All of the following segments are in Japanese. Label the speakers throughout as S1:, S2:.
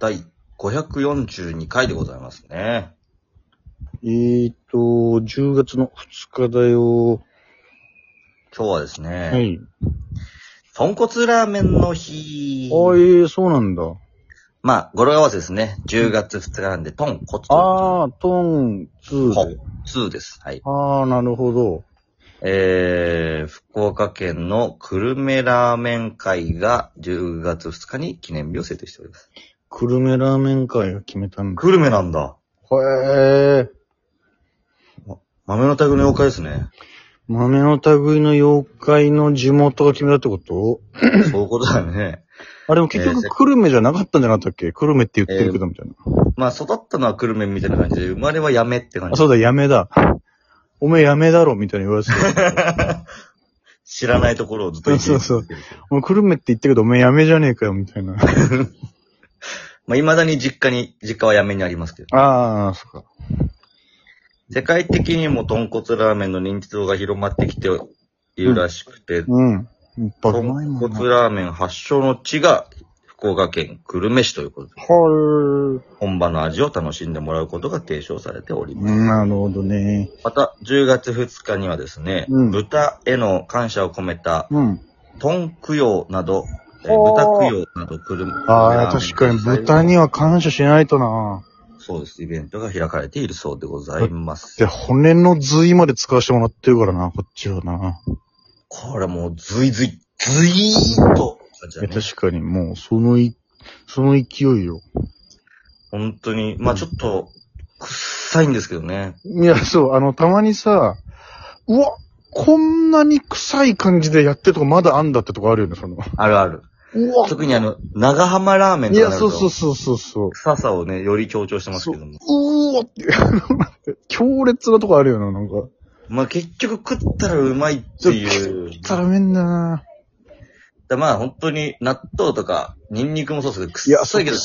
S1: 第542回でございますね。
S2: えーと、10月の2日だよ。
S1: 今日はですね、
S2: はい。
S1: 豚骨ラーメンの日。
S2: ああ、ええそうなんだ。
S1: まあ、語呂合わせですね。10月2日なんで、豚骨。
S2: ああ、トン、ツーで。
S1: 2です。はい。
S2: ああ、なるほど。
S1: えー、福岡県の久留米ラーメン会が10月2日に記念日を制定しております。
S2: 久留米ラーメン会が決めたんだ。
S1: 久留米なんだ。
S2: へえ。
S1: 豆のタグの妖怪です ね。
S2: 豆の類の妖怪の地元が決めたってこと
S1: そういうことだね。
S2: あ、でも結
S1: えー
S2: 局久留米じゃなかったんじゃなかったっけ久留米って言ってるけどみたいな。
S1: まあ、育ったのは久留米みたいな感じで、生まれはやめって感
S2: あ、
S1: じ。
S2: そうだ、やめだ。おめえやめだろ、みたいな言 われてた。
S1: 知らないところをずっと
S2: そうそう。お前久留米って言ったけど、おめえやめじゃねえかよ、みたいな。
S1: まあ、未だに実家に、実家はやめにありますけど。
S2: ああ、そっか。
S1: 世界的にも豚骨ラーメンの認知度が広まってきているらしくて、
S2: うん。いっぱい
S1: 豚
S2: うまいもんな。
S1: 骨ラーメン発祥の地が福岡県久留米市ということで、
S2: は
S1: 本場の味を楽しんでもらうことが提唱されております。
S2: い。なるほどね。
S1: また、10月2日にはですね、
S2: うん
S1: 豚への感謝を込めた、
S2: うん。
S1: 豚供養など、えー
S2: ほ
S1: 豚
S2: ー
S1: 供養など、久留米
S2: ああ、確かに豚には感謝しないとな。
S1: そうです。イベントが開かれているそうでございます
S2: で、。骨の髄まで使わせてもらってるからな、こっちはな。
S1: これもう、ずいずい、ずいーっと感じだ
S2: え
S1: ね。
S2: 確かにもう、そのい、その勢いよ。
S1: 本当に、まあちょっと、臭いんですけどね。
S2: いや、そう、あの、たまにさ、うわ、こんなに臭い感じでやってるとこまだあんだってとこあるよね、その。
S1: あるある。
S2: うわ
S1: 特にあの、長浜ラーメン
S2: い
S1: とか
S2: や、
S1: なる
S2: そうそ
S1: と
S2: う、そうそうそう。
S1: 臭さをね、より強調してます
S2: そう
S1: けども。
S2: うおーって、 強烈なとこあるよな、なんか。
S1: まあ結局食ったらうまいっていう。
S2: ダメんだな。
S1: だまあ本当に納豆とか、ニンニクもそうですけど、
S2: いや、
S1: 臭
S2: 臭
S1: いけど、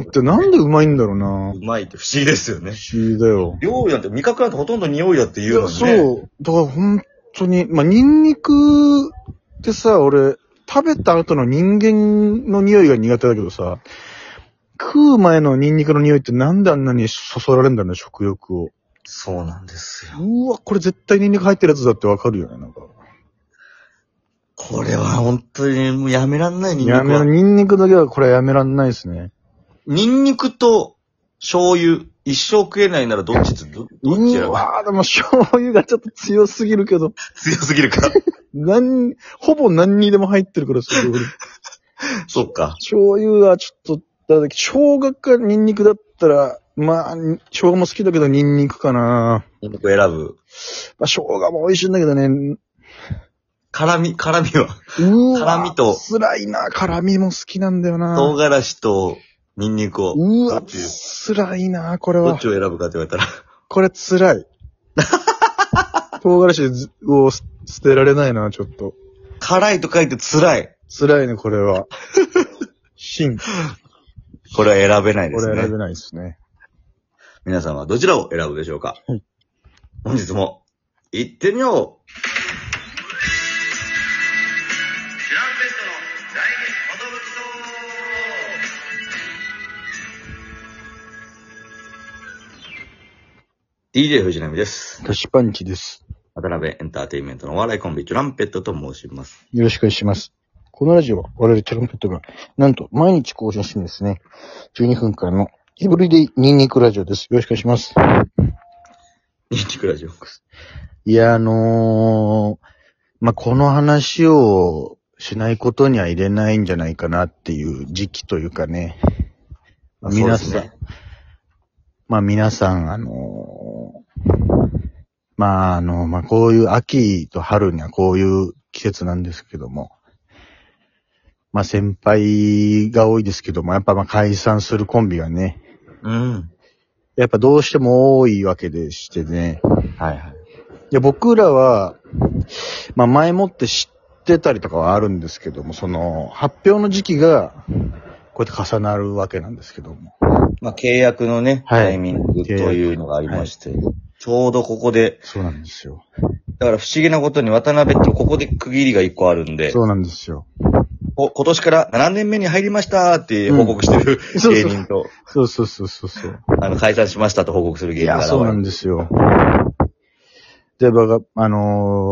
S2: いのってなんでうまいんだろうな。
S1: うまいって不思議ですよね。
S2: 不思議だよ。
S1: 料理なんて味覚なんてほとんど匂いだって
S2: い
S1: 言うの
S2: や、
S1: にね。
S2: そう。だから本当に、まあ、ニンニクってさ、俺、食べた後の人間の匂いが苦手だけどさ、食う前のニンニクの匂いってなんであんなにそそられるんだろうね、食欲を。
S1: そうなんですよ。
S2: うわ、これ絶対ニンニク入ってるやつだってわかるよね、なんか。
S1: これは本当にもうやめらんないニンニ
S2: や
S1: ク
S2: め
S1: は。
S2: ニンニクだけはこれやめらんないですね。
S1: ニンニクと醤油、一生食えないならどっちつ、どどっちや
S2: う
S1: ろう
S2: わ、でも醤油がちょっと強すぎるけど、
S1: 強すぎる か。
S2: なん、ほぼ何にでも入ってるから、それ。俺
S1: そっか。
S2: 醤油はちょっと、だって生姜かニンニクだったら、まあ、生姜も好きだけどニンニクかな。
S1: 僕選ぶ。
S2: まあ、生姜も美味しいんだけどね。
S1: 辛味、辛味は、
S2: うわ
S1: 辛味と
S2: 辛いな。辛味も好きなんだよ
S1: 唐
S2: な。
S1: 辛子とニンニクを、
S2: うわ
S1: どっ、ち
S2: 辛いな、これ
S1: どっ
S2: は。
S1: ちを選ぶかって言われたら、
S2: これ辛い。唐辛子ずを捨捨てられないな、ちょっと。
S1: 辛いと書いて辛い。
S2: 辛いね、これは。芯、こ
S1: これは選べないです
S2: れ選
S1: ね。
S2: べないですね。
S1: 皆さんはどちらを選ぶでしょうか、
S2: はい
S1: 本日も、行ってみようランペットの第二 DJ 藤波です。
S2: 菓子パンチです。
S1: 渡辺エンターテインメントのお笑いコンビ、トランペットと申します。
S2: よろしくお願いします。このラジオは我々トランペットが、なんと毎日更新してるんですね。12分間のエブリデイニンニクラジオです。よろしくお願いします。
S1: ニンニクラジオ。
S2: いや、あのー、まあ、この話をしないことには入れないんじゃないかなっていう時期というかね。まあ皆
S1: そう
S2: さ
S1: です
S2: ん、
S1: ね
S2: まあ皆さん、あのーまああの、まあこういう秋と春にはこういう季節なんですけども、まあ先輩が多いですけども、やっぱまあ解散するコンビがね、
S1: うん。
S2: やっぱどうしても多いわけでしてね、
S1: はいはい。
S2: いや僕らは、まあ前もって知ってたりとかはあるんですけども、その発表の時期が、こうやって重なるわけなんですけども。
S1: まあ、契約のね、
S2: はい
S1: タイミングというのがありまして、ちょうどここで、
S2: そうなんですよ。
S1: だから不思議なことに渡辺ってここで区切りが一個あるんで、
S2: そうなんですよ。
S1: こ今年から7年目に入りましたって報告してる、
S2: うん そうそう
S1: 芸人と、
S2: そうそうそうそうそう。
S1: あの、解散しましたと報告する芸
S2: い
S1: 人が
S2: や、
S1: 現
S2: そう
S1: れ
S2: な
S1: る
S2: んですよ。で、ばが、あのー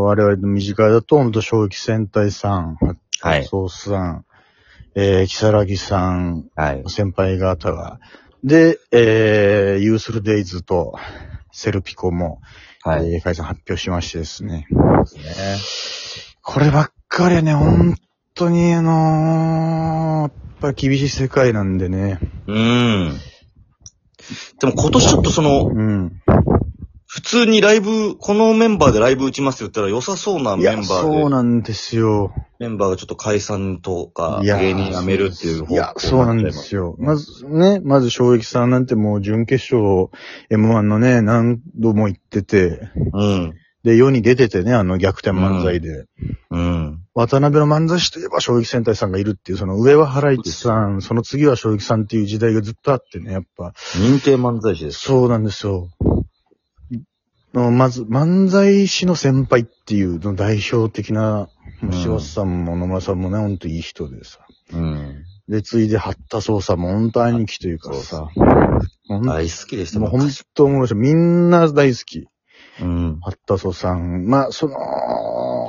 S2: 我々の身近だと、ほんと、正気戦隊さん、
S1: はい。
S2: ソースさん、えー、木更木さん、
S1: はい。
S2: 先輩方が、で、えー、ユースルデイズと、セルピコも、
S1: はい。
S2: えー解散発表しましてですね。
S1: そうです
S2: こればっかりはね、本当に、あのー、やっぱ厳しい世界なんでね。
S1: ね。うん。でも今年ちょっとその、
S2: うん。
S1: 普通にライブ、このメンバーでライブ打ちますって言ったら良さそうないメンバ
S2: や、
S1: ー
S2: そ
S1: で
S2: う、なんですよ。
S1: メンバーがちょっと解散とか、
S2: いやー
S1: 芸人辞めるっていう方向
S2: いや、そうなんですよ。まずね、まず衝撃さんなんてもう準決勝、M1 のね、何度も行ってて、
S1: うん。
S2: で、世に出ててね、あの逆転漫才で。
S1: うん。
S2: 渡辺の漫才師といえば衝撃戦隊さんがいるっていう、その上は原市さん、その次は衝撃さんっていう時代がずっとあってね、やっぱ。
S1: 認定漫才師です。
S2: そうなんですよ。のまず、漫才師の先輩っていうの代表的な、
S1: うん
S2: 柴田さんも野村さんもね、ほんといい人でさ。
S1: うん。
S2: で、ついで、八田捜査も本当兄貴というかさ、ほん
S1: 大好きでした
S2: もう本当面白い。みんな大好き。
S1: うん。
S2: 八田祖さん。まあ、その、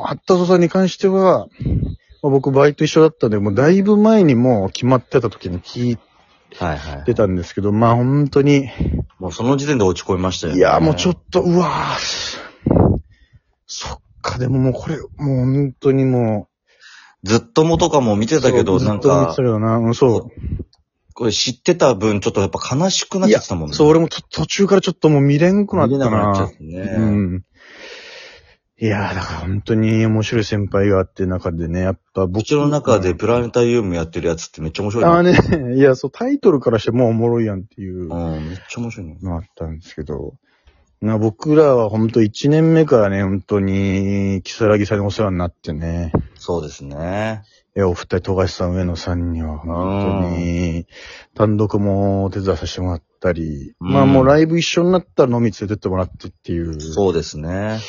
S2: 八田祖さんに関しては、まあ僕バイト一緒だったんで、もうだいぶ前にもう決まってた時に聞い
S1: はいはい。
S2: てたんですけど、まあ本当に、
S1: もうその時点で落ち込みましたよ、ね。
S2: いや、もうちょ
S1: っ
S2: っと、うわぁ、そっか、でももうこれ、もう本当にも
S1: ずっともとかも見て
S2: う、
S1: たけど、
S2: ず
S1: な
S2: っ
S1: ん
S2: と見て
S1: か
S2: たけ、どな、うん、そう。
S1: これ知ってた分、ちょっとやっぱ悲しくなっちゃってたもんね。
S2: そう、
S1: う、
S2: 俺もちょ途中からちょっともう見れんくなった
S1: 見れなくなっちゃ
S2: な
S1: ってね。
S2: うん。いやー、だから本当に面白い先輩があって中でね、やっぱ僕
S1: 僕の中でプラネタリウムやってるやつってめっちゃ面白い
S2: ああ
S1: な。
S2: ね、い や、そう、タイトルからしてもうおもろいやんっていうの
S1: うん、めっちゃ面白いな。
S2: あったんですけど、な僕らは本当1年目からね、本当に、木更木さんにお世話になってね、
S1: そうですね。
S2: えお二人、富樫さん、上野さんには、本当に、単独もお手伝いさせてもらったり、
S1: うん
S2: まあもうライブ一緒になったら飲み連れてってもらってっていう、
S1: そうですね。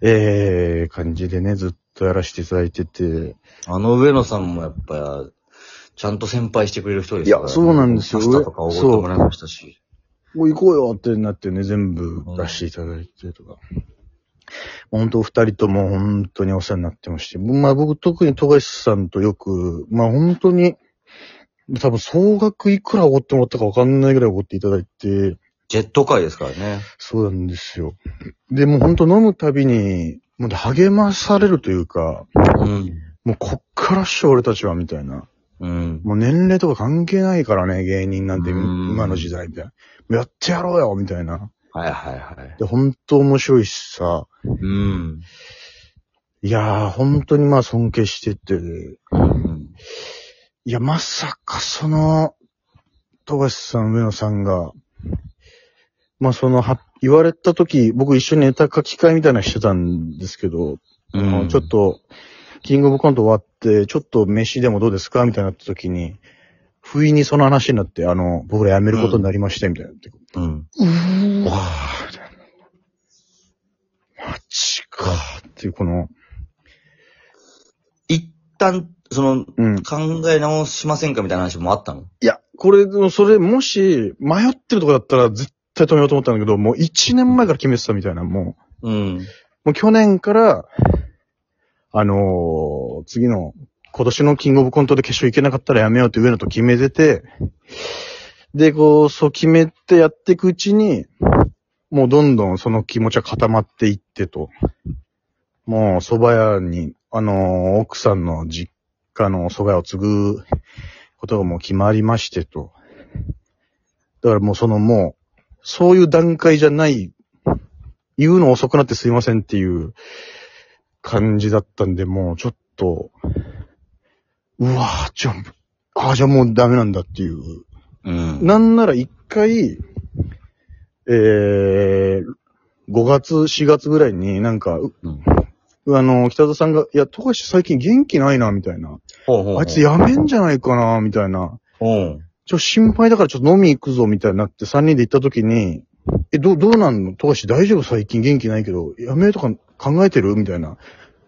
S2: ええ感じでね、ずっとやらせていただいてて、
S1: あの上野さんもやっぱ、ちゃんと先輩してくれる人ですから、
S2: いやそうなんですよ
S1: パスタとかおごってもらいましたし。
S2: もう行こうよってなってね、全部出していただいてとか。本当、お二人とも本当にお世話になってまして。まあ僕特に富樫さんとよく、まあ本当に、多分総額いくらおごってもらったかわかんないぐらいおごっていただいて、
S1: ジェット界ですからね。
S2: そうなんですよ。で、もう本当飲むたびに、もう励まされるというか、
S1: うん。
S2: もうこっからっしょ俺たちはみたいな。
S1: うん。
S2: もう年齢とか関係ないからね、芸人なんて
S1: うん
S2: 今の時代みたいな。やってやろうよみたいな。
S1: はいはいはい。
S2: で、本当面白いしさ。
S1: うん。
S2: いやー、本当にまあ尊敬してて、
S1: うん。
S2: いや、まさかその、富樫さん、上野さんが、まあその、は、言われた時、僕一緒にネタ書き換えみたいなのしてたんですけど、あのちょっと、キングオブコント終わって、ちょっと飯でもどうですかみたいになった時に、不意にその話になって、あの、僕ら辞めることになりました、みたいな。
S1: と。うん。
S2: うわー、みたいな。マジかーっていう、この、
S1: 一旦、その、
S2: うん。
S1: 考え直しませんかみたいな話もあったの
S2: いや、これ、でもそれ、もし、迷ってるとこだったら、絶対止めようと思ったんだけど、もう1年前から決めてたみたいな、もう、
S1: うん。
S2: もう去年から、あのー次の、今年のキングオブコントで決勝行けなかったらやめようって上野と決めてて、で、こう、そう決めてやっていくうちに、もうどんどんその気持ちは固まっていってと。もう蕎麦屋に、あのー奥さんの実家の蕎麦屋を継ぐことがもう決まりましてと。だからもうそのもう、そういう段階じゃない、言うの遅くなってすいませんっていう感じだったんで、もうちょっと、うわぁ、じゃあ、あじゃあもうダメなんだっていう。
S1: うん。
S2: なんなら一回、えー、5月、4月ぐらいになんか、う
S1: うん
S2: あの、北田さんが、いや、富樫最近元気ないな、みたいな。
S1: ほうほうほう
S2: あいつやめんじゃないかな、みたいな。
S1: うん。
S2: ちょ、心配だからちょっと飲み行くぞ、みたいになって3人で行った時に、え、どう、どうなんの富樫大丈夫最近元気ないけど、やめるとか考えてるみたいな。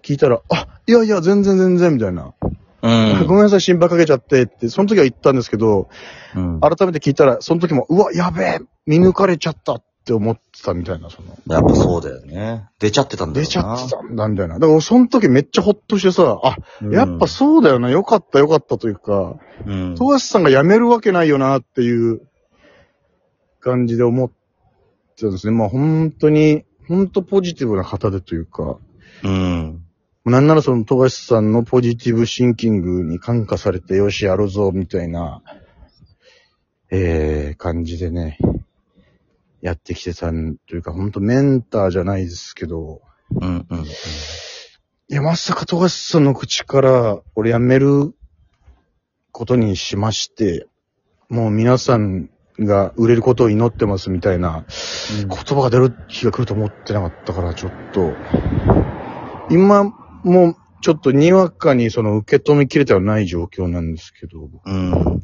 S2: 聞いたら、あ、いやいや、全然全然、みたいな。
S1: うん。
S2: ごめんなさい、心配かけちゃってって、その時は言ったんですけど、
S1: うん
S2: 改めて聞いたら、その時も、うわ、やべえ見抜かれちゃったって思ってたみたいな、その。
S1: やっぱそうだよね。出ちゃってたんだよな。
S2: 出ちゃってたんだ、みたいな。だから俺その時めっちゃほっとしてさ、あ、やっぱそうだよな、よかったよかったというか、
S1: うん。
S2: 富樫さんが辞めるわけないよなっていう感じで思ってたんですね。まあ本当に、本当ポジティブな方でというか、
S1: うん。
S2: なんならその富樫さんのポジティブシンキングに感化されてよしやるぞみたいな、えー、感じでね、やってきてたんというか、本当メンターじゃないですけど、
S1: うん。うん。
S2: いや、まさか富樫さんの口から、俺辞めることにしまして、もう皆さんが売れることを祈ってますみたいな言葉が出る日が来ると思ってなかったから、ちょっと。今もちょっとにわかにその受け止めきれてはない状況なんですけど、
S1: うん。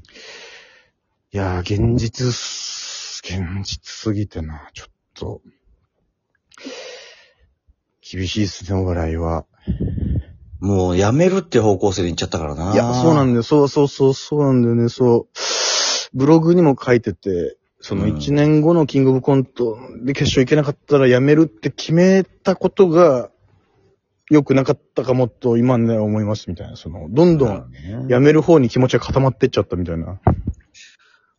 S2: いやー、現実す、現実すぎてな、ちょっと。厳しいっすね、お笑いは。
S1: もうやめるって方向性で行っちゃったからな。
S2: いや、そうなん
S1: だ。
S2: だよ。そうそうそう、そうなんだよね。そう。ブログにも書いてて、その
S1: うん
S2: 1年後のキングオブコントで決勝行けなかったら辞めるって決めたことが良くなかったかもと今ね思いますみたいな。その、どんどん辞
S1: や
S2: める方に気持ちが固まってっちゃったみたいな。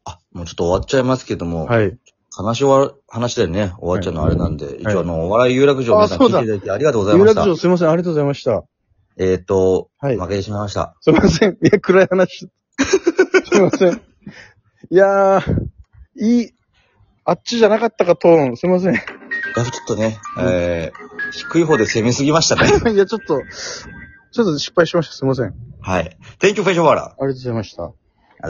S1: あ、もうちょっと終わっちゃいますけども、
S2: はい。
S1: 話は、話でね、終わっちゃうのはあれなんで、一応あの、お笑い有楽町
S2: あ
S1: 皆さん聞
S2: そ
S1: いうて
S2: だ
S1: いただきありがとうござい
S2: 有
S1: ました。
S2: 楽町すいません、ありがとうございました。
S1: えっ、と、
S2: はい
S1: 負けてしまいました。
S2: すいません。いや、暗い話。 すいません。いやー、いい、あっちじゃなかったか、トーン。すいません。
S1: だいぶちょっとね、えー、低い方で攻めすぎました ね。
S2: いや、ちょっと、ちょっと失敗しました。すいません。あり
S1: はい。Thank you, Fashion Waller.
S2: がとうございまし
S1: あ
S2: た。
S1: りがとうございました